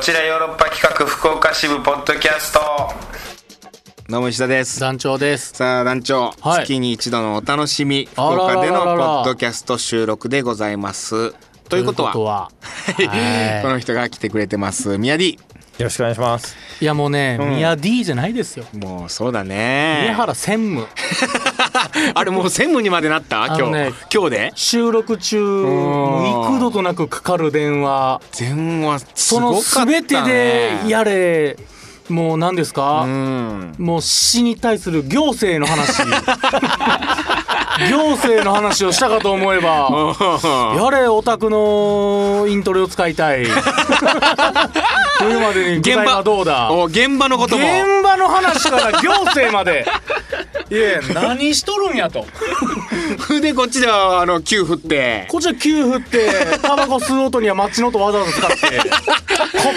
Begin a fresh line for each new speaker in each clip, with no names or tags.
ちらヨーロッパ企画福岡支部ポッドキャスト
どうも石田です
団長です
さあ団長、
はい
月に一度のお楽しみ福
あららら
岡
ら
でのポッドキャスト収録でございますということは
という ことは
こ
は
の人が来てくれてます宮 D
よろしくお願いします。
いいやもうね、宮 D じゃないですよ
もうそうだ
宮
ね
原専務
あれもう専務にまでなった今
あ
日、
のね
今日で
収録中
ん
幾度となくかかる電話
全話す
そ
ごか
の
ったね
全てでやれもう何ですか、
うん
もう死に対する行政の 話行政の話をしたかと思えばやれオタクのイントレを使いたい冬までに具材はどう だ
お現場のことも
現場の話から行政まで いや何しとるんやと
でこっちではあの球振って
こっちは給付ってタバコ吸う音には街の音わざわざ 使ってこ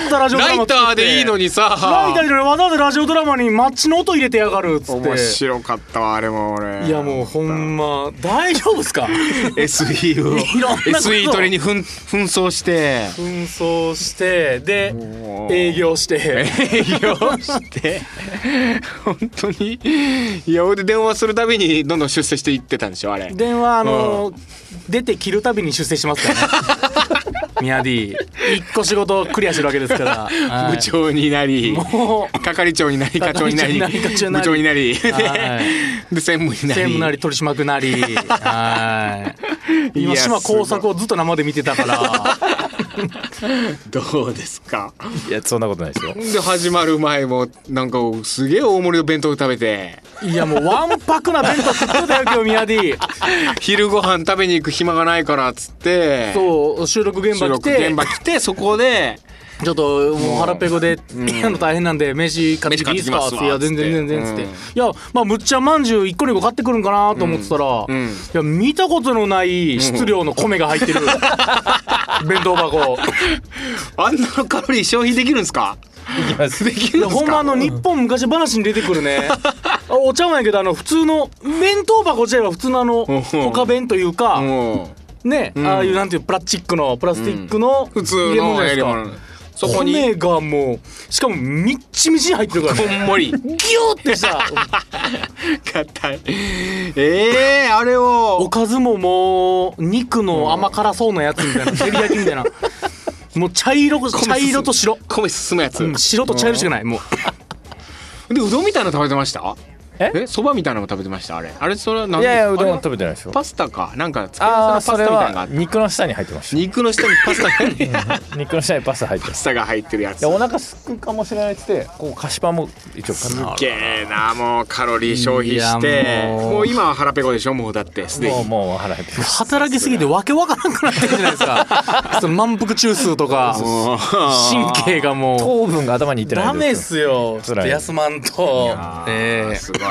ったラジオド
ラ
ラマ作
イ
って
ターでいいのにさ
ライターでいいのにわざわざラジオドラマに街の音入れてやがるっつって
面白かったわあれも俺
いやもうほんま大丈夫っ すか
SE を
いろんなこと
SE 取りにふん紛争して
紛争してで
もう
営業して
営業して本当にいや俺で電話するたびにどんどん出世していってたんでしょあれ
電話あの出て切るたびに出世し ますからねミヤディ一個仕事をクリアしてるわけです から、はい
部長になり
もう
係長になり課長になり
係長にな
部
り
長になりで
はい
で専務になり
専務なり取締役なりはい
い
今
や
島
すごい
工作をずっと生で見てたから
どうですか
いや、そんなことないですよ。
で始まる前もなんかすげえ大盛りの弁当食べて
いやもうわんぱくな弁当食ってたよ今日ミヤデ ィ
昼ご飯食べに行く暇がないからっつって
そう収録現
収
場来
録
て
現場来てそこで
ちょっともう腹ペコで、あの大変なんで飯買ってきていいですか?」っ
飯買ってきますわ
て「いや全然全然」
つ
つ
っ
って
う
て「
ん
いやまあむっちゃまんじゅう1個2個買ってくるんかな?」と思ってたら、
ん
いや見たことのない質量の米が 入ってる、弁当箱
あんなのカロリー消費できるんですか
いきます。
できるんで
いや
すか
ほんまあの日本昔話に出てくるねあお茶碗やけどあの普通の弁当箱自体は普通のあの
ん
ポカ弁というか、
も
ね、ああいうなんていうプラスチックのプラスチックの、
う普通のやり物そこに
米がもうしかもみっちみちに入ってるからね
こんもり
ギューってさ
硬いえー、あれ
お
を
かずももう肉の甘辛そうなやつみ たいな照り焼きみたいなもう茶色く茶色と白
米進むやつ、
うん白と茶色しかないもう
でうどんみたいなの食べてました
え
えそばみたいなのも食べてましたあれあれそれは何
い
です
やいや、うどん
あ
は食べてないですよ
れ。パスタかなんかつけ合
ああ
わ
ー、
せ
そ
のパス
れ
タみたいなのがあ
は
って
肉の下に入ってまし
肉の下にパスタがね
た。肉の下にパスタ入ってま
パ
す。
スタが入ってるやつ
いや、お腹すくかもしれないっつって、こう菓子パンも一応買って。
すっげえなもうカロリー消費し
いや
て
も
もう
う
今は腹ペコでしょもうだってすで
もう、
に
もう腹減ってます。
働きすぎてわけわからんくなってるじゃないです かその満腹中枢とか
もう
神経がもう
糖分が頭にいってない
ダ
ん
メっ
です。
すよちょっと休まんと
あー
え
すごい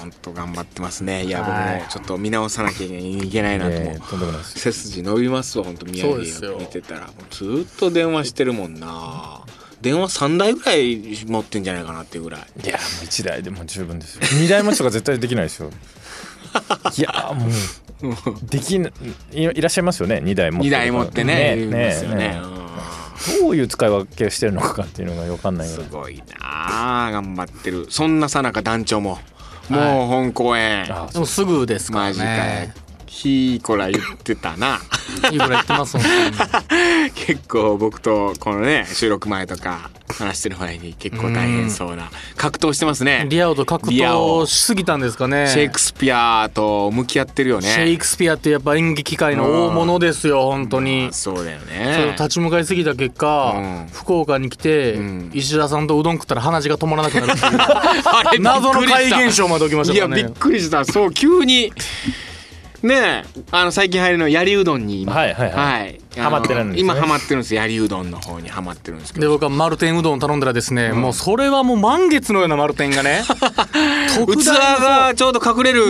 本当頑張ってますねいや
はい
僕もちょっと見直さなきゃいけないなと思う
えーとんでもないです。
背筋伸びますわ本当宮
そうです
城
よ
見てたらもうずーっと電話してるもんな電話3台ぐらい持ってんじゃないかなっていうぐらい
いや、もう一台でも十分ですよ。二台持ちとか絶対できないですよ。いやー、もう。できない、いいらっしゃいますよね。二台持って
2
る方。
台持ってねいるん
ね
ですよ
ね
ね
ねどういう使い分けをしてるのかっていうのがわかんない
うん
ぐ
す
らい。
ごいなあ頑張ってるそんなさなか団長ももう本公演
あ
でもすぐですか
マ
ら
ジかよ
ね
ひーこら言ってたな
いいぐらい言ってますもん
結構僕とこのね収録前とか話してる前に結構大変そうな格闘してますね
リアオと格
リア
闘
オ
しすぎたんですかね
シェイクスピアと向き合ってるよね
シェイクスピアってやっぱ演劇界の大物ですよ本当に
あ。そうだよ
それを
ね
立ち向かいすぎた結果、
うん
福岡に来て、
ん
石田さんとうどん食ったら鼻血が止まらなくなる っていう
あれ
謎の
びっくりした
怪現象まで起きまし
い
た
や
からね
びっくりしたそう急にねえあの最近入るのやりうどんに今
はいはいはい
はいあの
ハマってるんですね
今ハマってるんですやりうどんの方にハマってるんですけ
で
ど
僕は丸天うどんを頼んだらですね、もうそれはもう満月のような丸天 がね
器がちょうど隠れる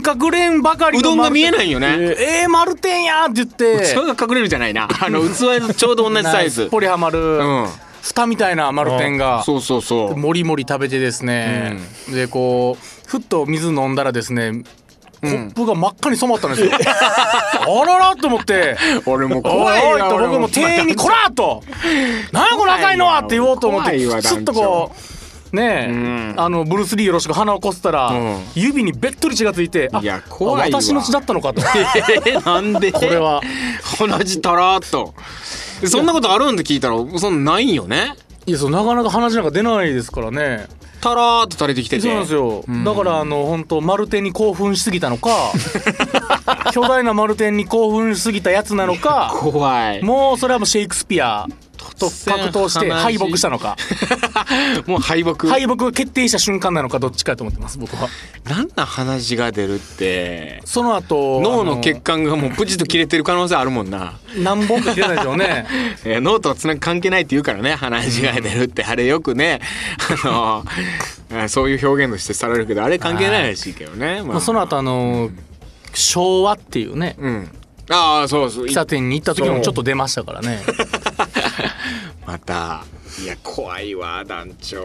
器が隠れんばかり
うどんが見えないいよね
えー、丸天やーって 言って
器が隠れるじゃないなあの器とちょうど同じサイ
す っ
ズ
ぽりはまる、
うん
蓋みたいな丸天が、
そうそうそう
もりもり食べてですね、でこうふっと水飲んだらですねコップが真っ赤に染まったんですよ。あららと思って。
俺も
お
怖
い
い
おい
わ
と
俺
僕も店員に「こら!」と「何やこの赤いのは!」って言おうと思っ
怖いわ
てスッとこうねえ、
うん
あのブルース・リーよろしく鼻をこすったら、
うん
指にべっとり血がついて「あ
いや怖いわ
私の血だったのか」とこ
えーなんでこ
れは
鼻血たらーっとそんなことあるんで聞いたらそんなんないんよね
いやそうなかなか鼻血なんか出ないですからね
たらーっと垂れてきてて
そうなんですよ、
ん
だからあの本当丸天に興奮しすぎた のか巨大な丸天に興奮しすぎたやつなのか
怖いも
もうそれはもうシェイクスピアと格
突然
闘して
鼻
敗
血
北したのか
う敗北、
敗北が決定した瞬間なのかどっちかと思ってます僕は
なんなん鼻血が出るって
その後
脳の血
果
管がもうプチッと切れてる可能性あるもんな、
何本か切れないでしょ うね
えー脳とはつなぐ関係ないって言うからね鼻血が出るってあれよくねあ のーそういう表現としてされるけどあれ関係ないらしいけどね、ま
まあその後あの昭和っていうね
うんああそうそう
喫茶店に行った時もちょっと出ましたからね
またいや怖いわ団長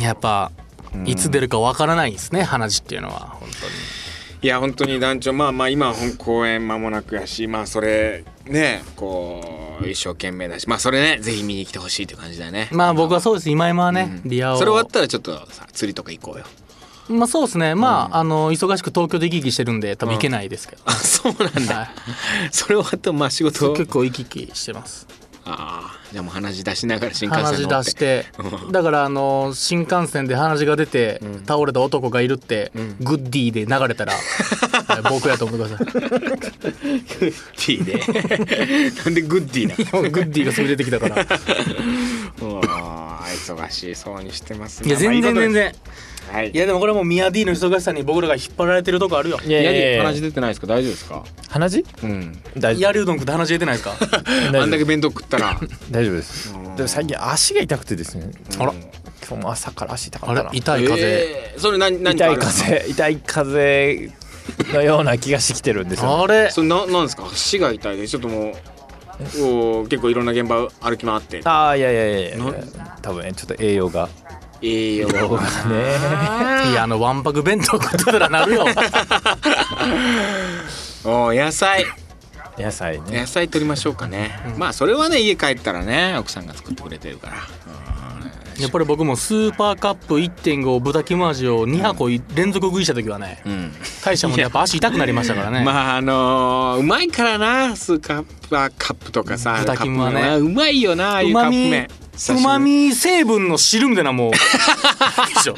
やっぱいつ出るかわからないですね鼻血っていうのは本
いや本当に団長まあまあ今本公演間もなくやしまあそれねこう一生懸命だしまあそれねぜひ見に来てほしいって感じだよね
当にまあ僕はそうです今今はね
うん
リアを
それ終わったらちょっとさ釣りとか行こうよ
まあそうですねまああの忙しく東京で行き来してるんで多分行けないですけど
あそうなんだ、
はい
それ終わったらまあ仕事
結構行き来してます
ああじゃあもう鼻血出しながら新幹
鼻
線乗
血出
って
してだからあの新幹線で鼻血が出て倒れた男がいるってグッディで流れ たらはい僕やと思ってください
グッディで なんでグッディな
今日グッディがそれ出てきた から
のああ忙しそうにしてます
いや全然
然
全然
はい
いやでもこれはもうミヤディの忙しさに僕らが引っ張られてるとこあるよ
いやいやいや
鼻血出てないですか大丈夫ですか
鼻血
うん
大丈
やりうどん食って鼻血出てない ですか
夫
あ
大
んだ
丈
け
夫
弁当食ったら
大丈夫ですでも最近足が痛くてですね
あら
今日も朝から足痛か
あ
った
れ
な
痛い風
えーそれ何何かあ
痛
るん
い
ですか
風痛い風のような気がしてきてるんですよ、ね、
あれ
それななんですか足が痛いでちょっともうおー結構いろんな現場歩き回って
ああいやいやいやい
な
や多分ねちょっと栄養が
栄養
栄養がね
いやあのわんぱく弁当食ってたらなるよ
おー野菜
野菜ね
野菜取りましょうかね、まあそれはね家帰ったらね奥さんが作ってくれてるから
やっぱり僕もスーパーカップ1.5豚キム味を2箱い連続食いした時はね
うん、
大したもんでやっぱ足痛くなりましたからね
まああのーうまいからなスーカップあカップとかさ
豚キムはね
カップ麺うまいよなああいううカッ
ま
プ
み
麺
うまみ成分の汁みたいなもう でしょ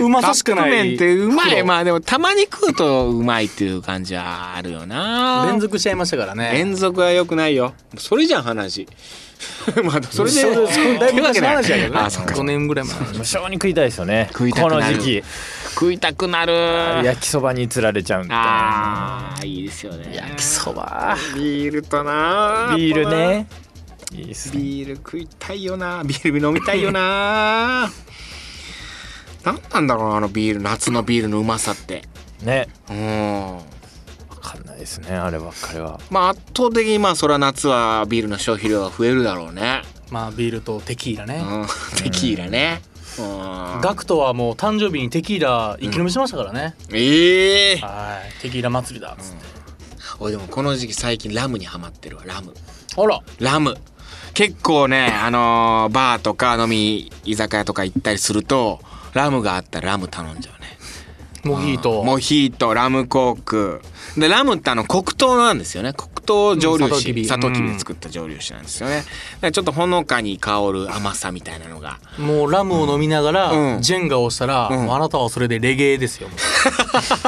うま
カ
さし
ッ
く
プ
ない
麺ってうまい
黒
まあでもたまに食うとうまいっていう感じはあるよな
連続しちゃいましたからね
連続は良くないよそれじゃん話 まあそれで
そうそうだいぶ
わけ
昔の
ない
話やけどね
あそっか
5年ぐらい前の話
無性に食いたいですよね
食いたくなる
この時期
食いたくなる
焼きそばにつられちゃうんで
あーいいですよね
焼きそば
ビールとな
ビールねいいっすね
ビール食いたいよなビール飲みたいよな何なんだろうなあのビール夏のビールのうまさって
ね
うん
わかんないですねあればっかりは
まあ圧倒的にまあそれは夏はビールの消費量が増えるだろうね、
まあビールとテキーラ
う
ね
ん、テキーラねうん
ガクトはもう誕生日にテキーラ生き飲みしましたからね、
ええ
はいテキーラ祭りだっつって、
俺でもこの時期最近ラムにハマってるわラム
あら
ラム結構ねあのーバーとか飲み居酒屋とか行ったりするとラムがあったらラム頼んじゃうね
モヒート
モヒートラムコークでラムってあの黒糖なんですよね黒糖蒸留酒、
うん
砂
サトウ
糖
キビ
きびで作った蒸留酒なんですよね、だからちょっとほのかに香る甘さみたいなのが
もうラムを飲みながら、
うん
ジェンガをしたら、
ん
もうあなたはそれでレゲエですよもう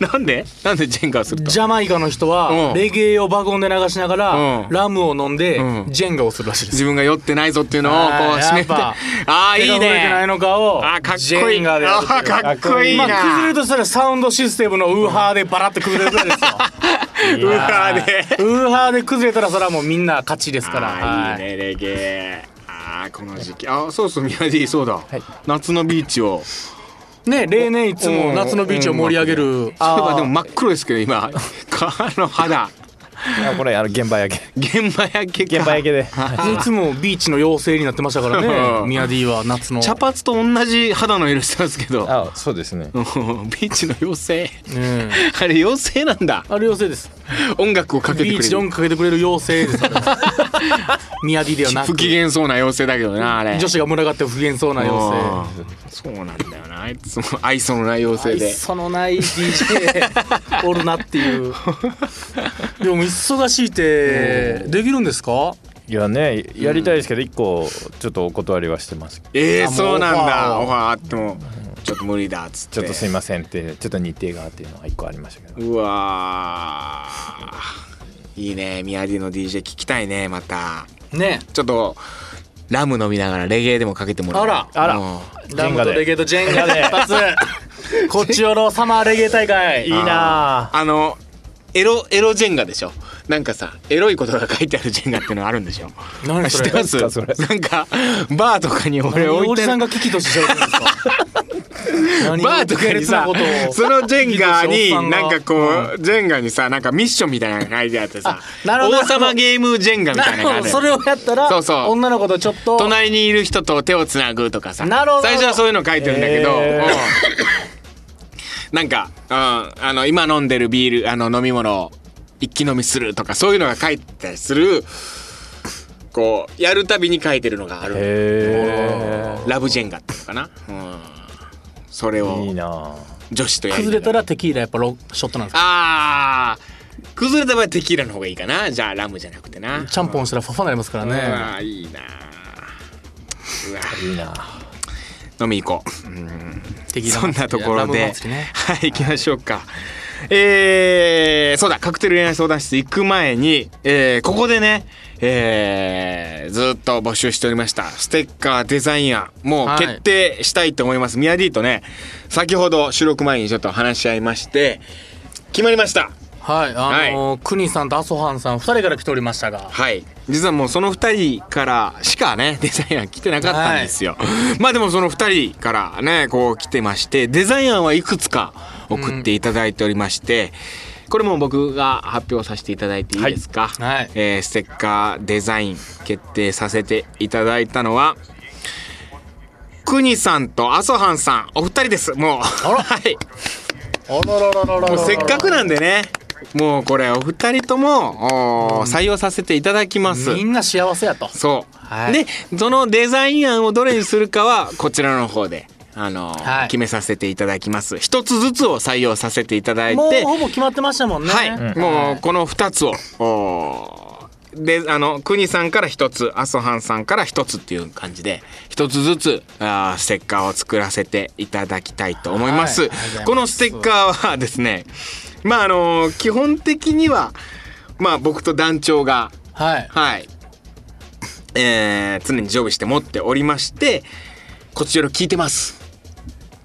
なんでなんでジェンガをすると
ジャマイカの人は
うん
レゲエをバゴンで流しなが
う
ら
ん
ラムを飲んで
うん
ジェンガをするらしいです。
自分が酔ってないぞっていうのをこ
あ
う
ー
締め
やってぱ
ああーいい
手が触れてない
ね
のかを
あーか
ジ
っこい
ェ
い
ンガでや
あ
るっていう
ーかっこいい
ま
な、
あ崩れるとしたらサウンドシステムのウーハーでバラって崩れるぐらいですよ。
うわーね
ウーハーで崩れたらそれはもうみんな勝ちですか
あ
ら。
ー
は
い
い
ねレゲエあーこの時期あそうそうミヤディそうだ、
い
夏のビーチを
ね例年いつも夏のビーチを盛り上げる。
そういえ
あ
ば
ー
でも真っ黒ですけど今かあの肌
あこれあの現場 焼け
現場焼けか
現場焼 けで
いつもビーチの妖精になってましたから
う
ね
ん
ミヤディは夏の
茶髪と同じ肌の色してますけど
あそうですね
うんビーチの妖精
ええ
あれ妖精なんだ
あれ妖精です
音楽をかけて
ビー
くれ
チで音
る
楽かけてくれる妖 精ですあれミヤディではなく
不機嫌そうな妖精だけどなあれ
女子が群がって不機嫌そうな妖精
うんそうなんだよなあいつも愛想のない妖精で
愛想のない DJ おるなっていうでも忙しいてできるんですか
いやねやりたいですけど一個ちょっとお断りはしてます
ええ
あもう
そうなんだ
オ
オ
フ
ファーあってもちょっと無理だっつって
ちょっとすいませんってちょっと日程がっていうのが一個ありましたけど
うわーいいねミヤディの DJ 聞きたいねまた
ね
ちょっとラム飲みながらレゲエでもかけてもらおう
あら
あら
うん
ラムとレゲエとジェンガ
ジ
で
ェン
一発こっちよろサマーレゲエ大会
いいなあ
あのエロエロジェンガでしょなんかさエロいことが書いてあるジェンガってのあるんでしょ
何
知
そ
っ
れ
てます
何すかそれ
なんかバーとかに俺
何を
置
お
い
じ
て
さん
る
が危機として喋ってるんですか何 を
バーとかにさ
卑劣なことを
そのジェンガになんかこ
う
うジェンガにさなんかミッションみたいなのが書いてあってさ
あなるほど
王様ゲームジェンガみた
ない
な
る
のが
ほ
あ
ど
る
それをやったら
そうそう
女の子とちょっと
隣にいる人と手をつなぐとかさ
なるほど
最初はそういうの書いてるんだけど、
へー
うんなんか、うん、あの今飲んでるビールあの飲み物を一気飲みするとかそういうのが書いてたりするこうやるたびに書いてるのがある
へ
ラブジェンガっていうのかな、うん、それ
えいい
を
なあ
女子とやりな
崩
が
れたらテキーラやっぱロショットなんですか
あー崩れた場合テキーラの方がいいかなじゃあラムじゃなくてな
ちゃんぽんしたらファファになりますから
う
ね
わいいなうわ
いいなあ
飲み行こう
テキーラ
そんなところ
ラ
で
ム、祭りね
はい、行きましょうか。えー、そうだ、カクテル恋愛相談室行く前に、えーここでね、えー、ずーっと募集しておりました、ステッカーデザイン案、も
は
う
い
決定したいと思います。ミヤディとね、先ほど収録前にちょっと話し合いまして、決まりました。
はい、あのー、クニさんとアソハンさん二人から来ておりましたが、
はい。実はもうその二人からしかね、 デザイン案来てなかったんですよ。まあでもその二人からね、こう来てまして、デザイン案はいくつか送っていただいておりまして、これも僕が発表させていただいていいですか、
はいはい
えーステッカーデザイン決定させていただいたのは、くにさんと阿蘇藩さん、お二人です、もう。 はい。もうせっかくなんでね、もうこれお二人ともおー採用させていただきます。
みんな幸せやと。
そう、
はい
でそのデザイン案をどれにするかは こちらの方で、あのー
はい
決めさせていただきます一つずつを採用させていただいて
もうほぼ決まってましたもんね。
はい、
うん
もうこの2つをおーであの国さんから1つ阿蘇藩さんから1つっていう感じで1つずつあーステッカーを作らせていただきたいと思います、
はいありがとうございます
このステッカーはですねまああのー基本的にはまあ僕と団長が
はい。
はい。えー、常に常備して持っておりまして、こっちより聞いてます。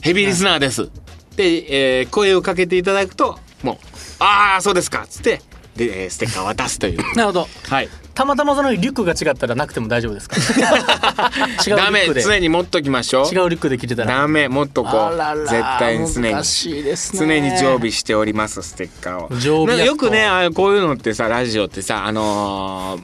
ヘビーリスナーです。で、えー声をかけていただくと、もう、ああ、そうですかっつって、で、えーステッカーを渡す という。
なるほど。
はい。
たまたまそのリュックが違ったらなくても大丈夫で すか。違
ダ
うリュ
メ
ック、で。
常に持っときましょ
違うリュックで着てたら。
ダメ、持っとこ
あ
う
らら。
絶対に常に。
難しいです
常
ね。
に常。備しておりますステッカーを
常備
なんか
やっ
よ
と
くねあこういうのってさラジオってさあのー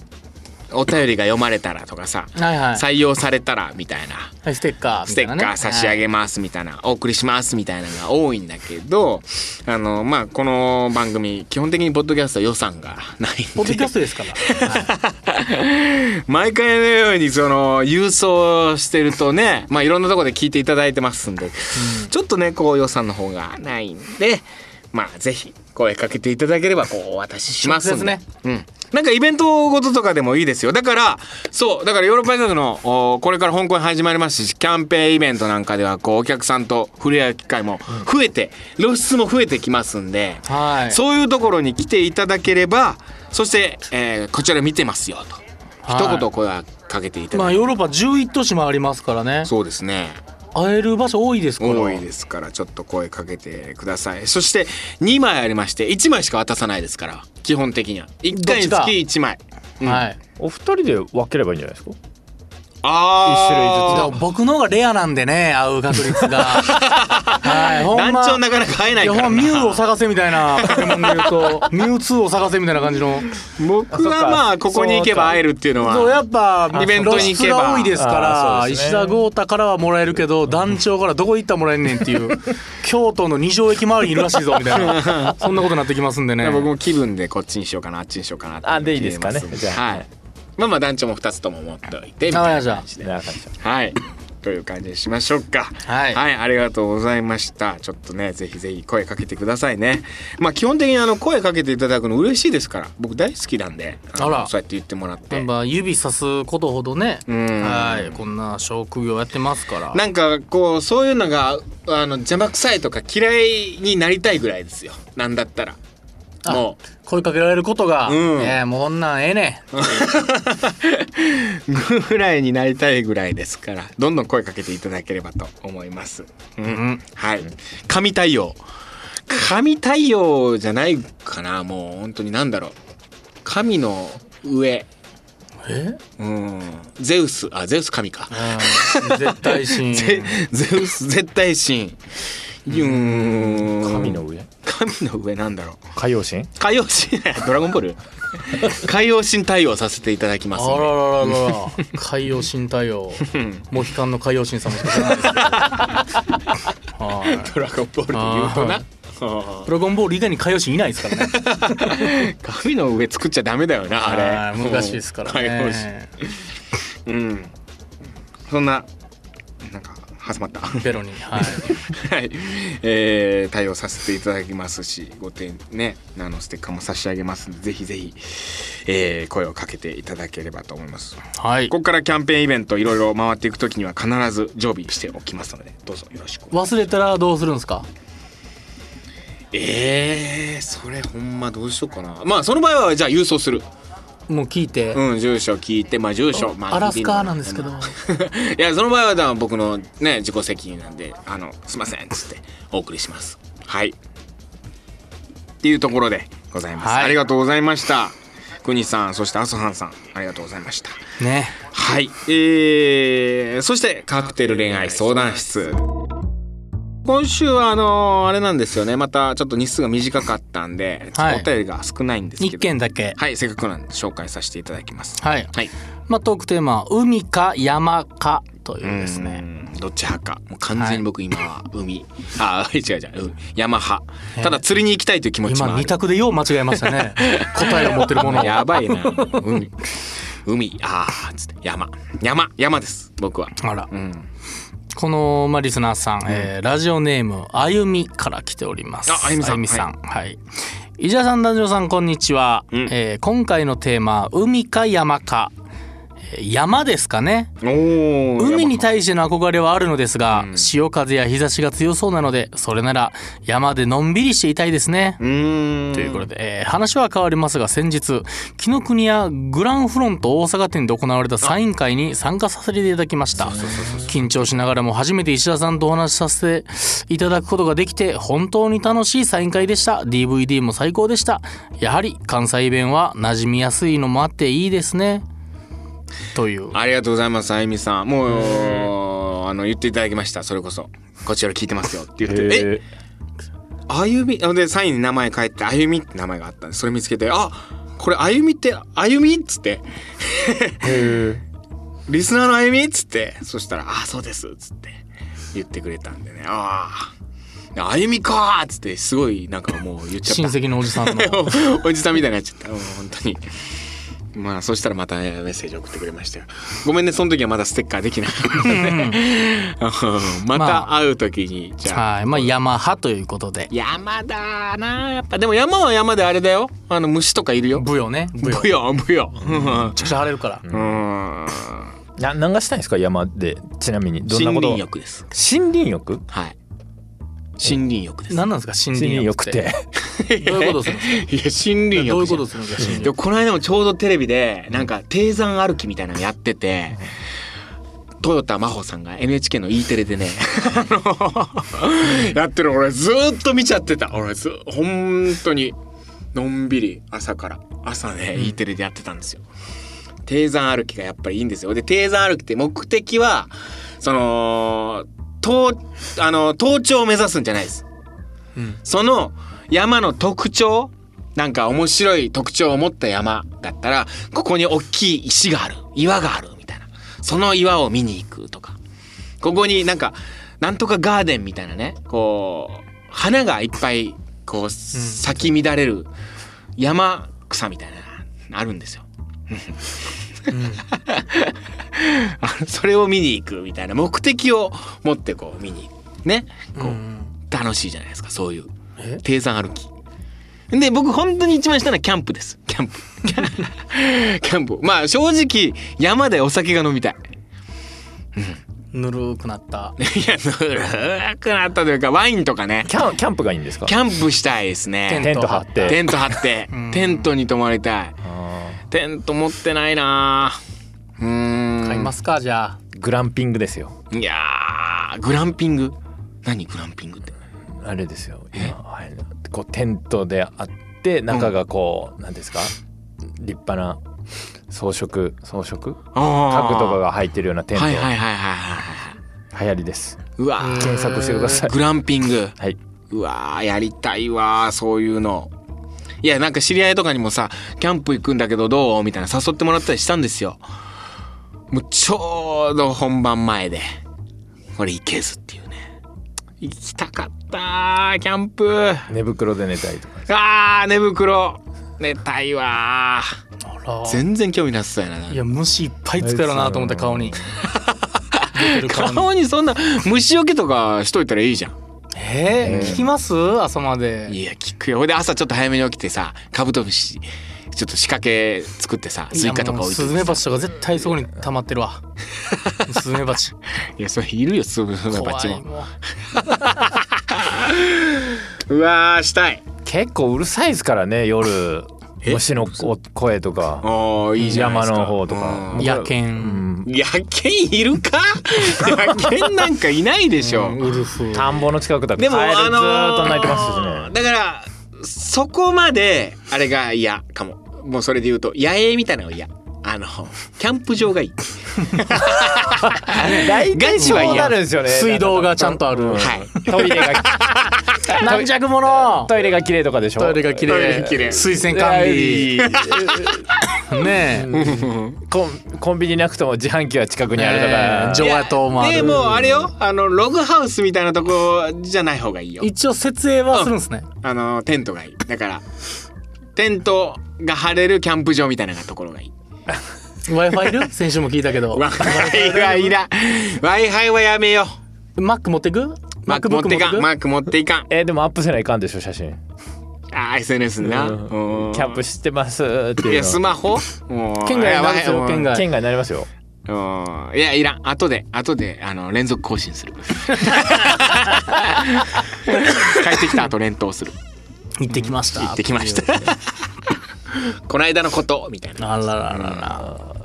お便りが読まれたらとかさ、
はいはい
採用されたらみたいな
はい、ステッカーみ
ス
た
テ
い
ッカ
なね。
ー差し上
はい
げますみたいな、お送りしますみたいなのが多いんだけどあのまあこの番組基本的にポッドキャストは予算がないんで
ポッドキャストですから。
毎回のようにその郵送してるとね、まあ、いろんなとこで聞いていただいてますんで、ちょっとねこう予算の方がないんでまあぜひ声かけていただければこうお渡ししますんで
直接
うん、なんかイベントごととかでもいいですよだからそうだからヨーロッパ大学のおこれから香港始まりますしキャンペーンイベントなんかではこうお客さんと触れ合う機会も増えて露出も増えてきますんで、
はい。
そういうところに来ていただければそして、えーこちら見てますよと、
はい
一言声はかけていた
ま
だ
あ
いて、
ヨーロッパ11都市もありますからね。
そうですね
会える場所多いですから。
多いですからちょっと声かけてくださいそして2枚ありまして1枚しか渡さないですから基本的には1回につ
どっちか
き1枚、うん
はい。
お二人で分ければいいんじゃないですか
あ
一
あ
種
でも僕の方がレアなんでね会う確 率がはいほん
団
ま
長なかなか会えないい
や
か
ほ
ら
んまミュウを
な
探せみたいなポケモンで言 うとミュウ2を探せみたいな感じの
僕はまあここに行けば会えるっていうの
そうや
は
っぱ
イベントに行けば
露出が多いですか
あ
ら
ーそうですね
石田豪太からはもらえるけど団長からどこ行ったらもらえんねんっていう京都の二条駅周りにいるらしいぞみたい なそんなことになってきますんでね
僕も気分でこっちにしようかなあっちにしようかなって
あでいいですかね
決めます
じゃあ
はいまあまあ団長も2つとも持っておいてみたいな
あじゃあ
一種類ずつで
はい。という感じにしましょうか。
はい
ありがとうございました。ちょっとね、ぜひぜひ声かけてくださいね。まあ、基本的にあの声かけていただくの嬉しいですから、僕大好きなんで。の
あら
そうやって言ってもらって
やっ。ぱ指さすことほどね
ん
はいこんな職業やってますから
なんかこうそういうのがあの邪魔くさいとか嫌いになりたいぐらいですよなんだったら
あ
も
声かけられることが、
うん
えーもうこんなんええねん
うぐらいになりたいぐらいですからどんどん声かけていただければと思います、うんはい神対応神対応じゃないかなもう本当に何だろう神の上
え
うんゼウスあゼウス神か、
うん絶 対神
ゼゼウス絶対神うん
神の上
神の上なんだろう
海洋神
海洋神 ドラゴンボ ール海洋神対応させていただきますん
あ
で
ららららら海洋神対応モヒカンの海洋神さんもしか知らないです けどはい
ドラゴンボールで言うとなあ
ドラゴンボール以外に海洋神いないですからね
ー神の上作っちゃダメだよなあ
はい
れ
難しいですから
海洋神
ね
うんそんななんか挟まった は
ベロにはい
い、えー、対応させていただきますしご点ねあのステッカーも差し上げますんでぜひぜひ、えー、声をかけていただければと思います
はい
ここからキャンペーンイベントいろいろ回っていくときには必ず常備しておきますのでどうぞよろしく
忘れたらどうするんですか
えー、それほんまどうしようかなまあその場合はじゃあ郵送する
もう聞いて、
うん住所聞いてまあ住所まあ
アラスカなんですけど
いやその場合はだから僕のね自己責任なんであのすいませんっつってお送りしますはいっていうところでございます、
はい
ありがとうございました国さんそして麻生ンさんありがとうございました
ね
はい、えー、そしてカクテル恋愛相談室今週はあのーあれなんですよねまたちょっと日数が短かったんで、
はい
お便りが少ないんですけど
一件だけ
はいせっかくなんで紹介させていただきます
はい、
はい
まあトークテーマ「海か山か」というですね、
うんどっち派かもう完全に僕今は海、あ 違う違ううん山派ただ釣りに行きたいという気持ちもあ
今
る
二択でよう間違えましたね 答えを持ってるものを
やばいな海海あーつって山山山です僕は
あら
うん
この、まあ、リスナーさん、えーラジオネームあゆみから来ております
ああゆみさん
はい、伊沢さん男女さんこんにちは、
うん
えー今回のテーマ「海か山か」えー山ですかね
おー
海に
山
対しての憧れはあるのですが、潮風や日差しが強そうなのでそれなら山でのんびりしていたいですね、
うーん
ということで、えー話は変わりますが先日紀ノ国屋グランフロント大阪店で行われたサイン会に参加させていただきました緊張しながらも初めて石田さんとお話しさせていただくことができて本当に楽しいサイン会でした DVD も最高でしたやはり関西弁は馴染みやすいのもあっていいですねという
ありがとうございます、あゆみさん。もう、あの、言っていただきました、それこそ。こちら聞いてますよって言って、え、
え
あゆみ、あので、サインに名前書いて、あゆみって名前があったんで、それ見つけて、あ、これあゆみって、あゆみっつって、 リスナーのあゆみっつって、そしたら、あ、そうですっつって、言ってくれたんでね、ああ、あゆみかーっつって、すごい、なんかもう言っちゃ
親
った。
戚のおじさ んの
おじさんみたいになっちゃった、もう本当に。まあそしたらまたメッセージ送ってくれましたよ。ごめんねその時はまだステッカーできなかった のでうんまた会う時にじゃあ。
はいまあ山派ということで
山だなやっぱでも山は山であれだよあの虫とかいるよ。
舞踊ね舞踊
ぶよぶよ。うん
ちゃくちゃ晴れるから、
うん
な何がしたいんですか山でちなみにどんな
森
こと
林浴です。
森林浴
はい。森林浴です。
何なんですか森
森林
林浴
浴
っ
ってて
どういうことするんです か
いや森林浴じゃん。
どういうことするんですか
でもこの間もちょうどテレビでなんか低山歩きみたいなのやってて。豊田真帆さんが NHK の E テレでねあのやってるの俺ずーっと見ちゃってた俺ず本当にのんびり朝から朝ね E テレでやってたんですよ低山歩きがやっぱりいいんですよ。で低山歩きって目的はその登あの登頂を目指すんじゃないです。その山の特徴なんか面白い特徴を持った山だったらここに大きい石がある岩があるみたいなその岩を見に行くとかここになんかなんとかガーデンみたいなねこう花がいっぱいこう咲き乱れる山草みたいなのあるんですよ。 あのそれを見に行くみたいな目的を持ってこう見にねこう楽しいじゃないですかそういう低山歩き。で僕本当に一番したのはキャンプですキャンプ キャンプまあ正直山でお酒が飲みたい
ぬるくなった
いやぬるくなったというかワインとかね
キャンキャンプがいいんですか
キャンプしたいですね
テント張って
テント張って テントに泊まりたい
あ
テント持ってないなうーん
買いますかじゃあ
ーグランピングですよ
いやーグランピング何グランピングって
あれですよ今あれこうテントであって中がこう何、なん、ですか立派な装飾装飾
あ
家具とか
が
が入ってるようなテント、
はいはいはいはいはい
流行りです
うわー
検索してください
グランピング
はい、
うわーやりたいわーそういうのいやなんか知り合いとかにもさキャンプ行くんだけどどうみたいな誘ってもらったりしたんですよもうちょうど本番前でこれ行けずっていうね行きたかったーキャンプ
寝袋で寝たりとか
あー寝袋寝たいわ
あら
ー全然興味なさそうやない
や虫いっぱいつくやろなと思って顔に 出てる顔に
顔にそんな虫除けとかしといたらいいじゃん
えー、聞きます朝まで
いや聞くよほいで朝ちょっと早めに起きてさカブトムシちょっと仕掛け作ってさスイカとか置いて
いやもうスズメバチとか絶対そこに溜まってる わスズメバチ
いやそれいるよスズメバチ
怖い
も
もう
うわーしたい
結構うるさいですからね夜虫のお声とか
おーいいじゃないで
山
すか
の方とかもう
野
う
犬、
ん
野犬いるか野犬なんかいないでしょ、
ウルフ
田んぼの近くだと
でも
カエルず
あの
ーっと鳴いてま
ー
し
だからそこまであれが嫌かももうそれで言うと野営みたいなのが嫌あのキャンプ場がいい
たしね大
ガチは
そうな
嫌
るんですよね
水道がちゃんとある
はい
トイレが
軟弱者
トイレが綺麗とかでしょ
トイレが綺麗
トイレが綺麗
水洗管理 ねえ
コンコンビニなくても自販機は近くにあるとか、
えー上野島もある
いやでもうあれよあのログハウスみたいなとこじゃない方がいいよ
一応設営はするんですね
あのテントがいいだからテントが張れるキャンプ場みたいなところがいい
w i f i いる 先週も聞いたけど
w i f i はいら w i f i はやめよ
Mac 持ってく
マック持っていかん
MacBook
マック持っていかん
えーでもアップせないかんでしょ写真
あー SNS な
うん
うん
キャンプしてますって
い
いう
やス
の
マホもう
県外になるんですよ
あ
県外
県外になりますよ
うんいやいらん後で後であの連続更新する帰ってきた後連投する
行ってきました
行ってきました この間のことみたいな
あらららら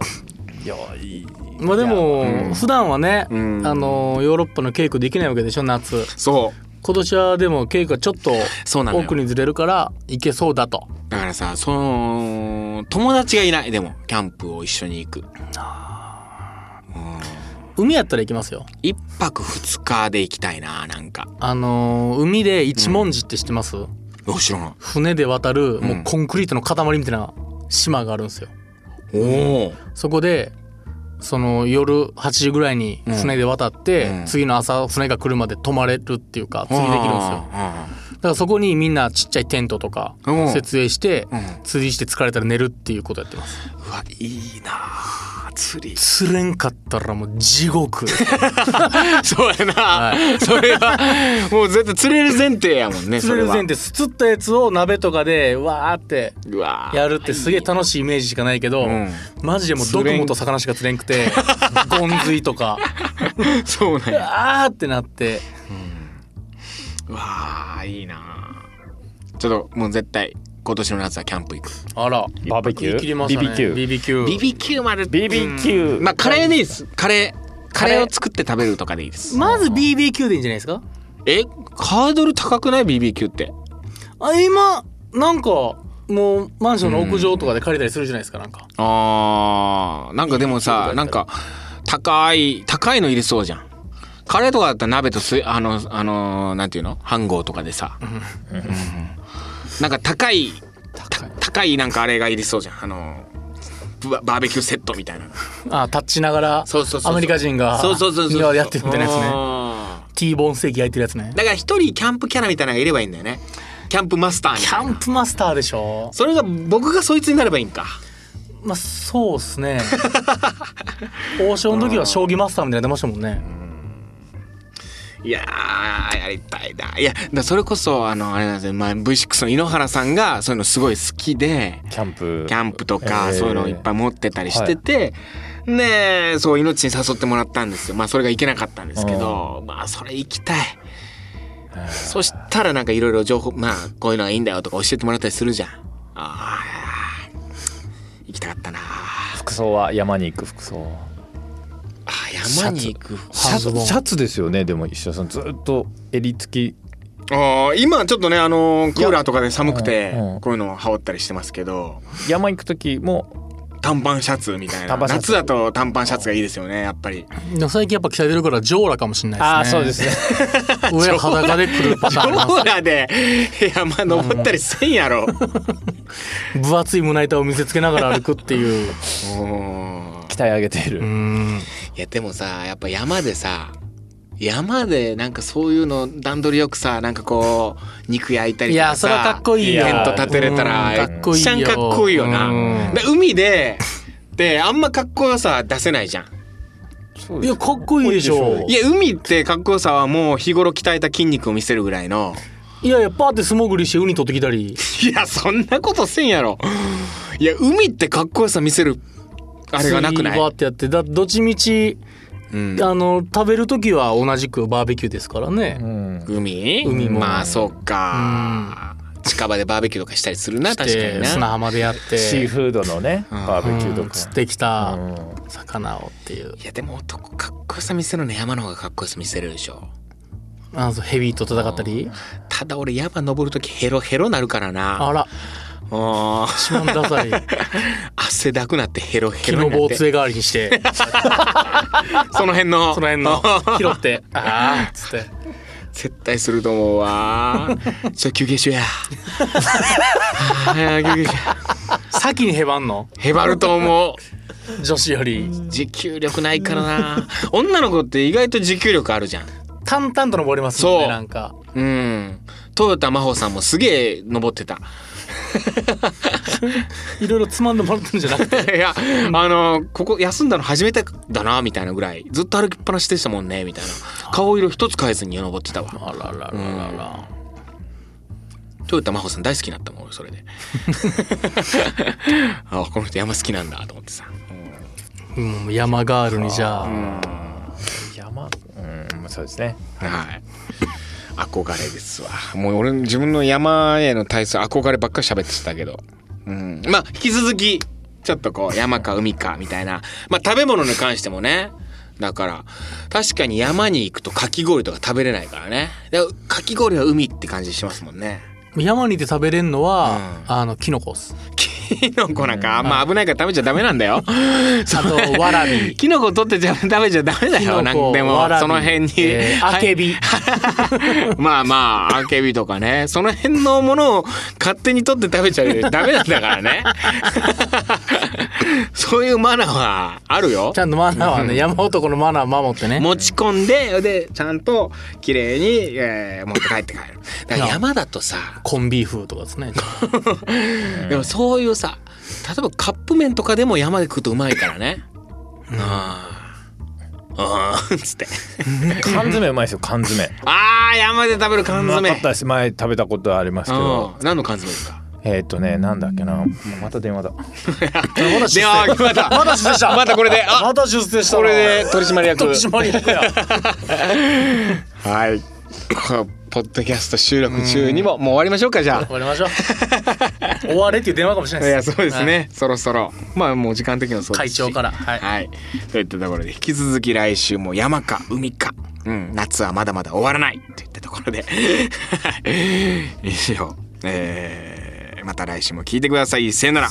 いやいい
まあでも普段はねあ
ん
のヨーロッパの稽古できないわけでしょ夏
そう
今年はでも稽古がちょっと
そうなのよ
奥にずれるから行けそうだと
だからさその友達がいないでもキャンプを一緒に行く
海やったら行きますよ
一泊二日で行きたいななんか
あのー海で一文字って知ってます、
お知らない
船で渡るもううんコンクリートの塊みたいな島があるんですよ
おお
そこでその夜8時ぐらいに船で渡って、
うん
次の朝船が来るまで泊まれるっていうか釣りできるんですよ
す
だからそこにみんなちっちゃいテントとか
うん
設営して
うん
釣りして疲れたら寝るっていうことやってます
ようわいいなあ釣り
釣れんかったらもう地獄
そうやな、
はい
それはもう絶対釣れる前提やもんね
釣れる前提です釣ったやつを鍋とかでわーって
それはうわあ
やるってすげえ楽しいイメージしかないけど、
うん
マジでもう毒もと魚しか釣れんくてゴンズイとか
そうなんや
あーってなって
うわあいいなあちょっともう絶対今年の夏はキャンプ行く
あら
バーベキュ
言い切り
ー
ましたね
BBQ
BBQ
BBQ まで
BBQ
まあカレーでいいですカレーカレ
レー
ーを作って食べるとかでいいです
まず BBQ でいいんじゃないですか
えハードル高くない BBQ って
あ今なんかもうマンションの屋上とかで借りたりするじゃないですかなんか
あーなんかでもさなんか高い高いの入れそうじゃんカレーとかだったら鍋とすあのあのなんていうの飯盒とかでさ、うんなんか高いた高いなんかあれが入れそうじゃんあのババーベキューセットみたいな
あタッチながら
そうそうそうそう
アメリカ人が
そうそうそうそう
庭でやってるみたいなやつね
ね
T ボーンステーキ焼いてるやつね
だから一人キャンプキャラみたいなのがいればいいんだよねキャンプマスターみ
キ
たいな
ャンプマスターでしょ
それが僕がそいつになればいいんか
まあそうっす ね王将の時は将棋マスターみたいなの出ましたもんね
いやーやりたいないやだからそれこそあのあれなんですよ、まあ、V6 の井ノ原さんがそういうのすごい好きで
キャンプ
キャンプとか
えー
そういうのをいっぱい持ってたりしてて、ねえそう命に誘ってもらったんですよまあそれが行けなかったんですけど、まあそれ行きたい、そしたらなんかいろいろ情報まあこういうのがいいんだよとか教えてもらったりするじゃんあー行きたかったなあ
服装は山に行く服装
ー山に行く
シャ
半ズボ
ツ
ン
シャツですよねでも石田さんずっと襟付き
ああ今ちょっとねあのークーラーとかで寒くて
うんうん
こういうのを羽織ったりしてますけど
山行く時も
短パンシャツみたいな
短パンシャ
夏
ツ
だと短パンシャツがいいですよねやっぱり
でも最近やっぱ鍛えてるからジョーラかもしれないですね
すね
上裸で来るパタ
ロ
ーンなんです
ーラーで山登ったりせんやろ
分厚い胸板を見せつけながら歩くっていう
うん
鍛え上げてい
ー
うる
ん
いやでもさやっぱ山でさ山でなんかそういうの段取りよくさなんかこう肉焼いたり
い
とかさ
やそれはかっこいいよ
テント立てれたら
うんかっこいいよ
めちゃかっこいいよな
うん
で海でであんまかっこよさ出せないじゃん
そう
い
です
やかっこいいでしょ
いや海ってかっこよさはもう日頃鍛えた筋肉を見せるぐらいの
いやいやパーって素潜りしてウニ取ってきたり
いやそんなことせんやろいや海ってかっこよさ見せるあれがなくな
釣りバー
い
ってやってだどっちみち、
ん
あの食べる時は同じくバーベキューですからね、
うん
海
海も
まあそうか近場でバーベキューとかしたりするな確かに
で砂
な
浜でやって
シーフードのねバーベキューと
うん
か
釣ってきた
うん
魚をっていう
いやでも男かっこよさ見せるの山の方がかっこよさ見せるでしょ
あそうヘビーと戦ったり
ただ俺山登る時ヘロヘロなるからな
あら
うん
一番ダサい
汗だくなってヘロヘ
木
ロ
の
にな
棒
って
杖代わりにして
その辺の
その 辺の拾ってああつって
絶対すると思うわ。ちょ休憩しようや。はあ休憩しよ
先にへばんの
うへばると思う。
女子より
持久力ないからな。女の子って意外と持久力あるじゃん。
淡々と登りますも
そ
んね
う
なんか
うん。豊田真帆さんもすげえ登ってた。
いろいろつまんでもらったんじゃな くて
いや、あのここ休んだの初めてだなみたいなぐらい、ずっと歩きっぱなしでしたもんねみたいな。顔色一つ変えずに登ってたわ。
あららららら
豊田真帆さん大好きになったもん俺それで。あこの人山好きなんだと思ってさ。
うん山ガールにじゃあ
山うんそうですね
はい。憧れですわ。もう俺自分の山への対する憧ればっかり喋ってたけど。うん。まあ引き続きちょっとこう山か海かみたいな。まあ食べ物に関してもね。だから確かに山に行くとかき氷とか食べれないからね。でかき氷は海って感じしますもんね。
山にいて食べれんのは、あのキノコっす
キノコなんかあんま危ないから食べちゃダメなんだ よ。
あとわ らび
キノコ取ってちゃ食べちゃダメだ
キ
よ。
ノ
なん
コ
でも
わらび
その辺に。
えーあけ び
まあまあ、あけびとかね、その辺のものを勝手に取って食べちゃうダメなんだからね。 そういうマナーはあるよ
ち。ゃんとマナーはね山男のマナー守ってね
持ち込んで、で、ちゃんと綺麗に、えー持って帰って帰る。だから山だとさ、
コンビーフとかですね
でもそういうさ、例えばカップ麺とかでも山で食うとうまいからね。ああ。ああ、つって。
缶詰うまいですよ缶詰
ああ、山で食べる缶
うま
詰。
かったです前食べたことありますけど
うん。何の缶詰ですか
えーっとねなんだっけなまた電話だ
では、また、またした。またこれで、あ、
また出世した
これで取締役。
取締役や
はい。ポッドキャスト収録中にも、もう終わりましょうか、じゃ
終わりましょう 終われっていう電話かもしれ
あ。
ない
い
で
や、
す
そうですね。そろそろ。まあ、もう時間的にもそうで
会
すし
長からはい
はい。といったところで、引き続き来週も山か海か、うん、夏はまだまだ終わらないといったところで、以上、えーまた来週も聞いてくださいさよなら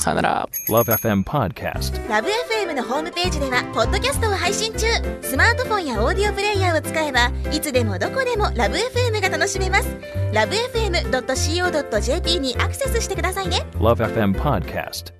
LoveFM Podcast.
ラブ f m のホームページではポッドキャストを配信中スマートフォンやオーディオプレイヤーを使えばいつでもどこでもラブ f m が楽しめますラブ FM.co.jp にアクセスしてくださいね
LoveFM Podcast.